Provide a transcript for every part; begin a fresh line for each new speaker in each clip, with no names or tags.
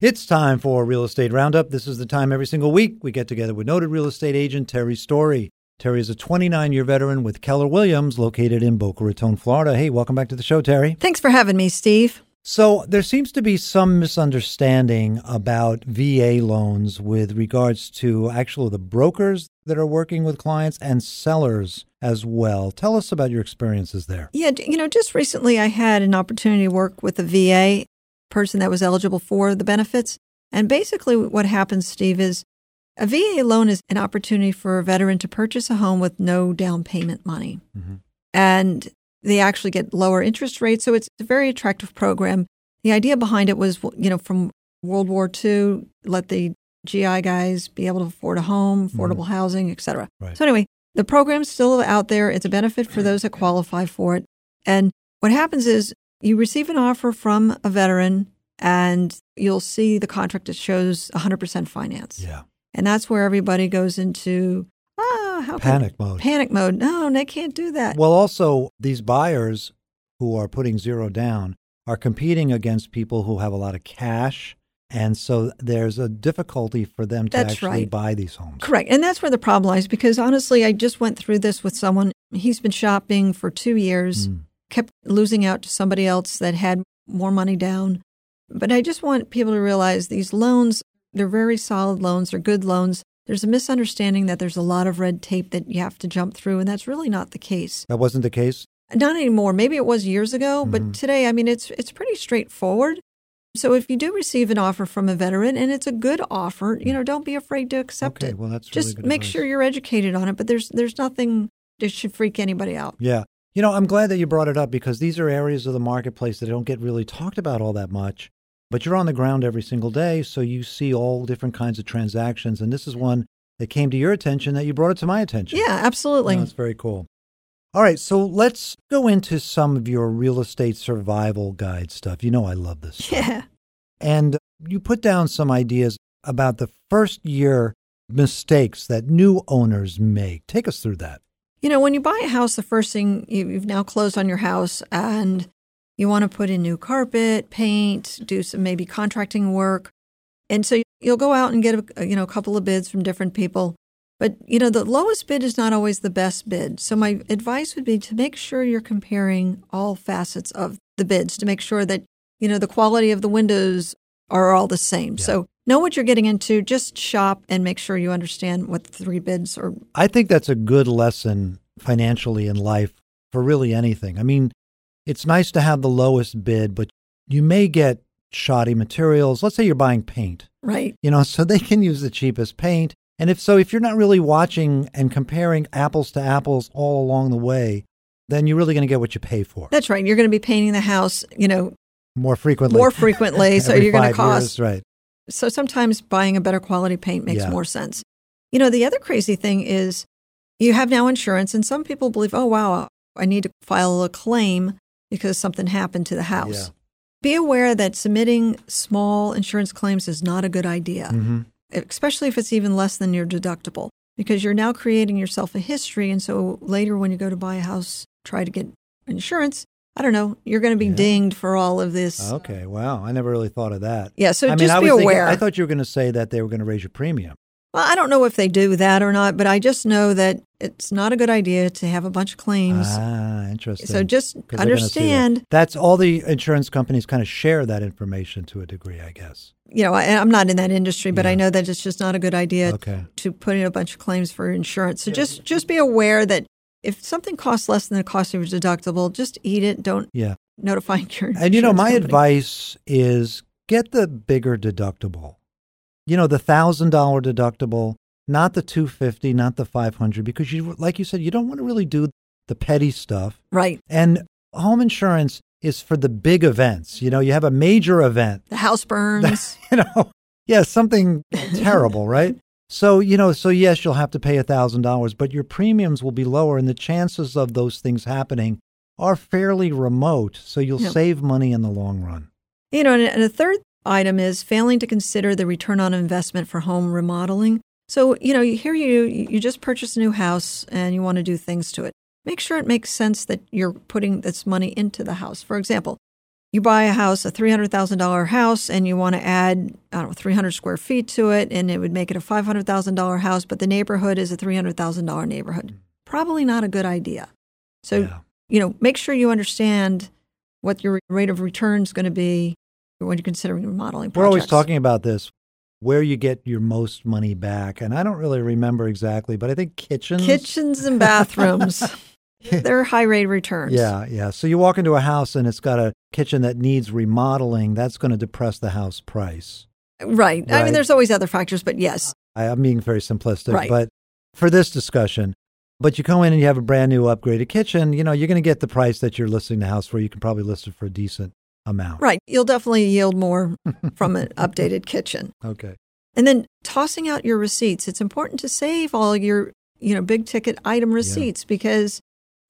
It's time for Real Estate Roundup. This is the time every single week we get together with noted real estate agent Terry Story. Terry is a 29 year veteran with Keller Williams, located in Boca Raton, Florida. Hey, welcome back to the show, Terry.
Thanks for having me, Steve.
So, there seems to be some misunderstanding about VA loans with regards to actually the brokers that are working with clients and sellers as well. Tell us about your experiences there.
Yeah, d- you know, just recently I had an opportunity to work with a VA person that was eligible for the benefits. And basically, what happens, Steve, is a VA loan is an opportunity for a veteran to purchase a home with no down payment money.
Mhm.
And they actually get lower interest rates. So it's a very attractive program. The idea behind it was, you know, from World War II, let the GI guys be able to afford a home, affordable housing, et cetera.
Mm-hmm. Right.
So anyway, the program's still out there. It's a benefit for those that qualify for it. And what happens is you receive an offer from a veteran and you'll see the contract that shows 100% finance.
Yeah.
And that's where everybody goes into ah, how can-
Panic mode.
Panic mode. No, they can't do that.
Well, also, these buyers who are putting zero down are competing against people who have a lot of cash. And so there's a difficulty for them to
That's
actually
right.
buy these homes.
Correct. And that's where the problem lies because honestly, I just went through this with someone. He's been shopping for two years,
Mm.
kept losing out to somebody else that had more money down. But I just want people to realize these loans, they're very solid loans, they're good loans. There's a misunderstanding that there's a lot of red tape that you have to jump through, and that's really not the case.
That wasn't the case.
Not anymore. Maybe it was years ago, but
Mhm.
today, I mean, it's it's pretty straightforward. So if you do receive an offer from a veteran and it's a good offer, you know, don't be afraid to accept
okay,
it
well, that's really
just
good
make
advice.
sure you're educated on it but there's there's nothing that should freak anybody out
Yeah. You know, I'm glad that you brought it up because these are areas of the marketplace that don't get really talked about all that much. But you're on the ground every single day, so you see all different kinds of transactions. And this is one that came to your attention that you brought it to my attention.
yeah absolutely
No, that's very cool. All right, so let's go into some of your real estate survival guide stuff. You know, I love this. Stuff.
yeah
And you put down some ideas about the first year mistakes that new owners make. Take us through that.
you know when you buy a house the first thing you, you've now closed on your house and you want to put in new carpet paint do some maybe contracting work and so you'll go out and get a you know a couple of bids from different people but you know the lowest bid is not always the best bid so my advice would be to make sure you're comparing all facets of the bids to make sure that you know the quality of the windows are all the same
Yeah.
so know what you're getting into just shop and make sure you understand what the three bids are
I think that's a good lesson financially in life for really anything. I mean, it's nice to have the lowest bid, but you may get shoddy materials. Let's say you're buying paint.
right
you know, so they can use the cheapest paint. And if so, if you're not really watching and comparing apples to apples all along the way, then you're really going to get what you pay for
that's right you're going to be painting the house you know
more frequently.
More frequently, so
Every
you're gonna
five
cost-
years, right?
So sometimes buying a better quality paint makes
Yeah.
more sense. You know, the other crazy thing is you have now insurance, and some people believe, oh, wow, I need to file a claim because something happened to the house.
Yeah.
Be aware that submitting small insurance claims is not a good idea,
hmm
especially if it's even less than your deductible, because you're now creating yourself a history. And so later, when you go to buy a house, try to get insurance. I don't know, you're going to be
Yeah. Oh.
dinged for all of this.
Okay. Wow. I never really thought of that.
Yeah, so
I mean,
just
I
be
was
aware.
thinking- I thought you were going to say that they were going to raise your premium.
Well, I don't know if they do that or not, but I just know that it's not a good idea to have a bunch of claims.
Ah, interesting.
so just
'Cause they're gonna sue you.
understand,
That's all the insurance companies kind of share that information to a degree, I guess.
you know, I, I'm not in that industry, but
Yeah.
I know that it's just not a good idea
Okay.
to put in a bunch of claims for insurance. So just just be aware that if something costs less than the cost of your deductible, just eat it. Don't
Yeah.
notify your insurance.
And you know, my
company.
advice is get the bigger deductible. You know, the thousand dollar deductible, not the two fifty, not the five hundred, because you, like you said, you don't want to really do the petty stuff.
right?
And home insurance is for the big events. You know, you have a major event.
The house burns.
You know, yeah, something terrible, right? So you know, so yes, you'll have to pay a thousand dollars, but your premiums will be lower, and the chances of those things happening are fairly remote. So you'll
Yeah.
save money in the long run.
You know, and- and a third item is failing to consider the return on investment for home remodeling. So, you know, you- here you you just purchased a new house and you want to do things to it. Make sure it makes sense that you're putting this money into the house. For example, you buy a house, a $300,000 house, and you want to add, I don't know, 300 square feet to it, and it would make it a $500,000 house, but the neighborhood is a $300,000 neighborhood. Probably not a good idea. So,
Mm. Yeah.
you know, make sure you understand what your rate of return is going to be when you're considering remodeling projects.
We're always talking about this where you get your most money back. And I don't really remember exactly, but I think kitchens.
kitchens and bathrooms. They're high rate of returns.
Yeah, yeah. So you walk into a house and it's got a kitchen that needs remodeling, that's going to depress the house price.
Right. I
Right.
mean, there's always other factors, but yes.
I, I'm being very simplistic,
Right.
but for this discussion, but you go in and you have a brand new upgraded kitchen, you know, you're going to get the price that you're listing the house for. You can probably list it for a decent amount.
Right. You'll definitely yield more from an updated kitchen.
Okay.
And then tossing out your receipts. It's important to save all your, you know, big ticket item receipts because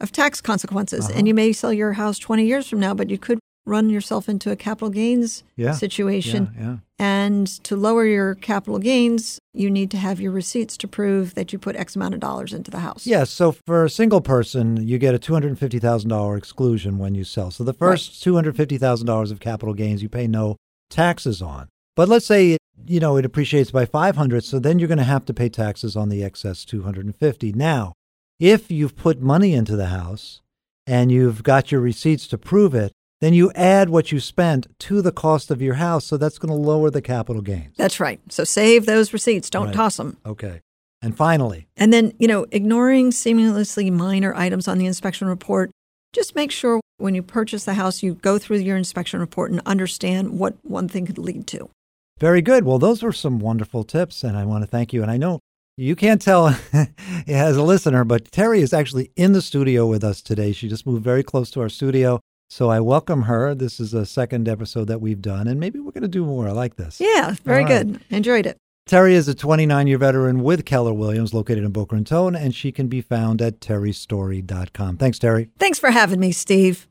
of tax consequences.
Uh-huh.
And you may sell your house 20 years from now, but you could run yourself into a capital gains
Yeah.
situation.
Yeah, yeah.
And to lower your capital gains, you need to have your receipts to prove that you put X amount of dollars into the house.
Yeah, so for a single person, you get a $250,000 exclusion when you sell. So the first $250,000 of capital gains you pay no taxes on. But let's say it, you know it appreciates by 500, so then you're going to have to pay taxes on the excess 250. Now, if you've put money into the house and you've got your receipts to prove it, then you add what you spent to the cost of your house, so that's going to lower the capital gains.
That's right. So save those receipts, don't
Right.
toss them.
Okay. And finally,
And then, you know, ignoring seemingly minor items on the inspection report, just make sure when you purchase the house, you go through your inspection report and understand what one thing could lead to.
Very good. Well, those were some wonderful tips, and I want to thank you. And I know you can't tell as a listener, but Terry is actually in the studio with us today. She just moved very close to our studio. So I welcome her. This is a second episode that we've done, and maybe we're going to do more. I like this.
Yeah, very
All right.
good. Enjoyed it.
Terry is a 29 year veteran with Keller Williams, located in Boca Raton, and she can be found at terrystory.com. Thanks, Terry.
Thanks for having me, Steve.